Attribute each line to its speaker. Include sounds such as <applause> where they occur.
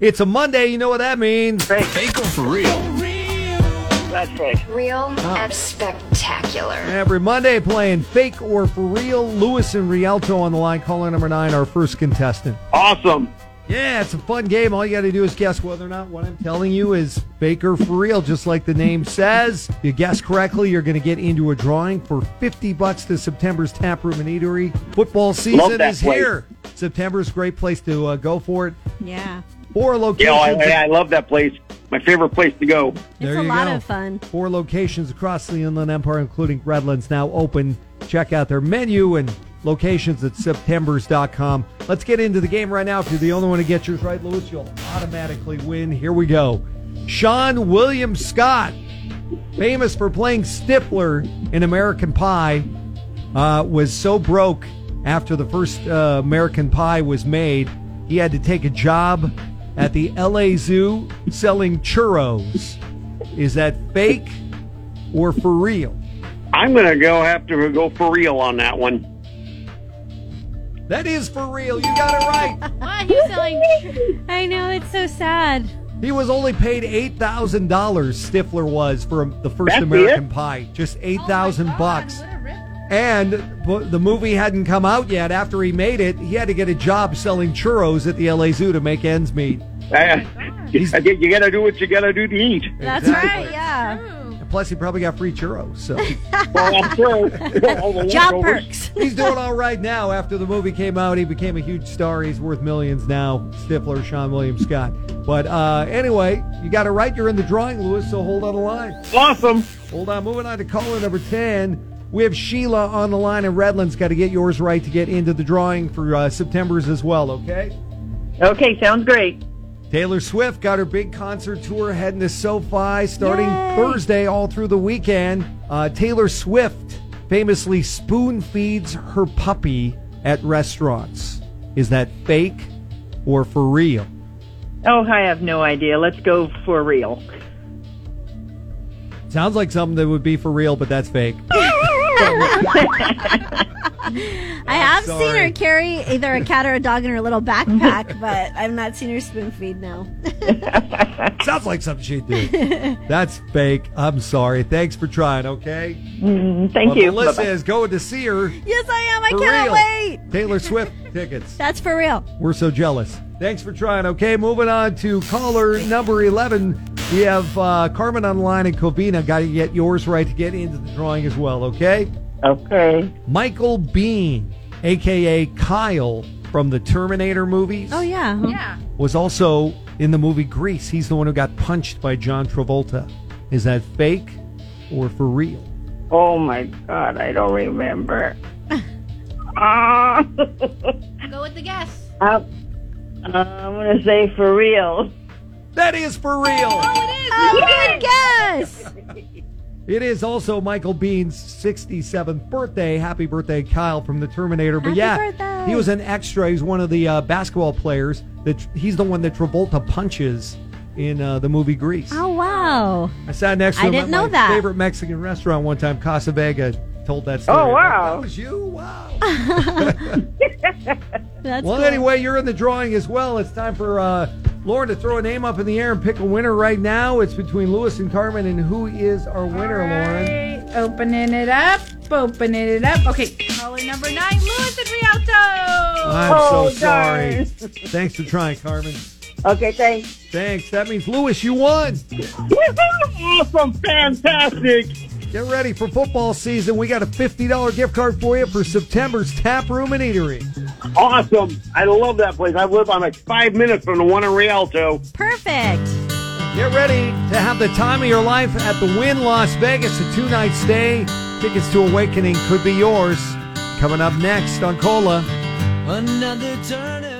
Speaker 1: It's a Monday. You know what that means.
Speaker 2: Fake.
Speaker 3: Fake or for real?
Speaker 2: That's fake.
Speaker 4: Real and spectacular.
Speaker 1: Every Monday, playing fake or for real. Lewis and Rialto on the line. Caller number nine, our first contestant.
Speaker 2: Awesome.
Speaker 1: Yeah, it's a fun game. All you got to do is guess whether or not what I'm telling you is fake or for real, just like the name says. If you guess correctly, you're going to get into a drawing for 50 bucks to September's Tap Room and Eatery. Football season
Speaker 2: that
Speaker 1: is
Speaker 2: place.
Speaker 1: here. September's a great place to uh, go for it.
Speaker 5: Yeah.
Speaker 1: Four locations.
Speaker 2: Yeah, Oh, I, I- I love that place. My favorite place to go.
Speaker 1: There
Speaker 5: it's a
Speaker 1: you
Speaker 5: lot
Speaker 1: go.
Speaker 5: of fun.
Speaker 1: Four locations across the Inland Empire, including Redlands, now open. Check out their menu and locations at septembers.com. Let's get into the game right now. If you're the only one to get yours right, Lewis, you'll automatically win. Here we go. Sean William Scott, famous for playing Stifler in American Pie, uh, was so broke after the first uh, American Pie was made, he had to take a job at the LA Zoo selling churros. Is that fake or for real?
Speaker 2: I'm gonna go have to go for real on that one.
Speaker 1: That is for real. You got it right.
Speaker 5: Why <laughs> he's selling? I know it's so sad.
Speaker 1: He was only paid eight thousand dollars. Stifler was for the first
Speaker 2: That's
Speaker 1: American
Speaker 2: it?
Speaker 1: Pie, just eight thousand bucks. And but the movie hadn't come out yet. After he made it, he had to get a job selling churros at the LA Zoo to make ends meet.
Speaker 2: I,
Speaker 5: Oh
Speaker 2: I think you gotta do what you gotta do to eat.
Speaker 5: That's
Speaker 1: Exactly.
Speaker 5: right. Yeah.
Speaker 1: And plus, he probably got free churros. So <laughs>
Speaker 2: Well, I'm
Speaker 5: <laughs>
Speaker 2: sure all the
Speaker 5: Job
Speaker 2: leftovers.
Speaker 5: perks.
Speaker 1: he's doing all right now. After the movie came out, he became a huge star. He's worth millions now. Stifler, Sean William Scott. But uh, anyway, you got it right. You're in the drawing, Lewis. So hold on the line.
Speaker 2: Awesome.
Speaker 1: Hold on. Moving on to caller number 10. We have Sheila on the line, and Redlands got to get yours right to get into the drawing for uh, September's as well, okay?
Speaker 6: Okay, sounds great.
Speaker 1: Taylor Swift got her big concert tour heading to SoFi starting
Speaker 5: Yay.
Speaker 1: Thursday all through the weekend. Uh, Taylor Swift famously spoon feeds her puppy at restaurants. Is that fake or for real?
Speaker 6: Oh, I have no idea. Let's go for real.
Speaker 1: Sounds like something that would be for real, but that's fake.
Speaker 5: I have seen
Speaker 1: sorry.
Speaker 5: her carry either a cat or a dog in her little backpack, <laughs> but I've not seen her spoon feed now.
Speaker 1: Sounds like something she'd do. That's fake. I'm sorry. Thanks for trying, okay?
Speaker 6: Thank
Speaker 1: But
Speaker 6: you.
Speaker 1: Melissa
Speaker 6: Bye-bye.
Speaker 1: is going to see her.
Speaker 5: yes, I am. I
Speaker 1: For
Speaker 5: cannot
Speaker 1: real.
Speaker 5: wait.
Speaker 1: Taylor Swift tickets.
Speaker 5: That's for real.
Speaker 1: We're so jealous. Thanks for trying. Okay, moving on to caller number 11. We have uh, Carmen on the line and Covina. Got to get yours right to get into the drawing as well, okay?
Speaker 6: Okay.
Speaker 1: Michael Bean, a.k.a. Kyle from the Terminator movies,
Speaker 5: Oh yeah.
Speaker 1: was also in the movie Grease. He's the one who got punched by John Travolta. Is that fake or for real?
Speaker 6: Oh my God, I don't remember. <laughs> Ah. Go with the guess. Uh, I'm gonna say for real.
Speaker 1: That is for real.
Speaker 5: Oh, guess.
Speaker 1: It is also Michael Bean's 67th birthday. Happy birthday, Kyle from the Terminator. But
Speaker 5: Happy
Speaker 1: yeah,
Speaker 5: birthday.
Speaker 1: he was an extra. He's one of the uh, basketball players. That he's the one that Travolta punches in uh, the movie Grease.
Speaker 5: Oh wow.
Speaker 1: I sat next to
Speaker 5: I
Speaker 1: him
Speaker 5: didn't
Speaker 1: at
Speaker 5: know
Speaker 1: my
Speaker 5: that.
Speaker 1: favorite Mexican restaurant one time, Casa Vega. Told that story. I'm
Speaker 6: Oh,
Speaker 1: like,
Speaker 6: wow.
Speaker 1: that was you. Wow.
Speaker 5: <laughs> That's
Speaker 1: well,
Speaker 5: cool.
Speaker 1: anyway, you're in the drawing as well. It's time for uh, Lauren to throw a name up in the air and pick a winner right now. It's between Lewis and Carmen, and who is our winner, Lauren?
Speaker 7: Alright, Opening it up, opening it up. Okay, caller number nine, Lewis and Rialto.
Speaker 1: I'm
Speaker 6: Oh,
Speaker 1: so sorry.
Speaker 6: darn.
Speaker 1: Thanks for trying, Carmen.
Speaker 6: Okay, thanks.
Speaker 1: Thanks. That means Lewis, you won.
Speaker 2: Awesome. Fantastic.
Speaker 1: Get ready for football season. We got a $50 gift card for you for September's Tap Room and Eatery.
Speaker 2: Awesome. I love that place. I live. I'm like five minutes from the one in Rialto.
Speaker 5: Perfect.
Speaker 1: Get ready to have the time of your life at the Win Las Vegas, a two night stay. Tickets to Awakening could be yours. Coming up next on Cola.
Speaker 3: Another turn of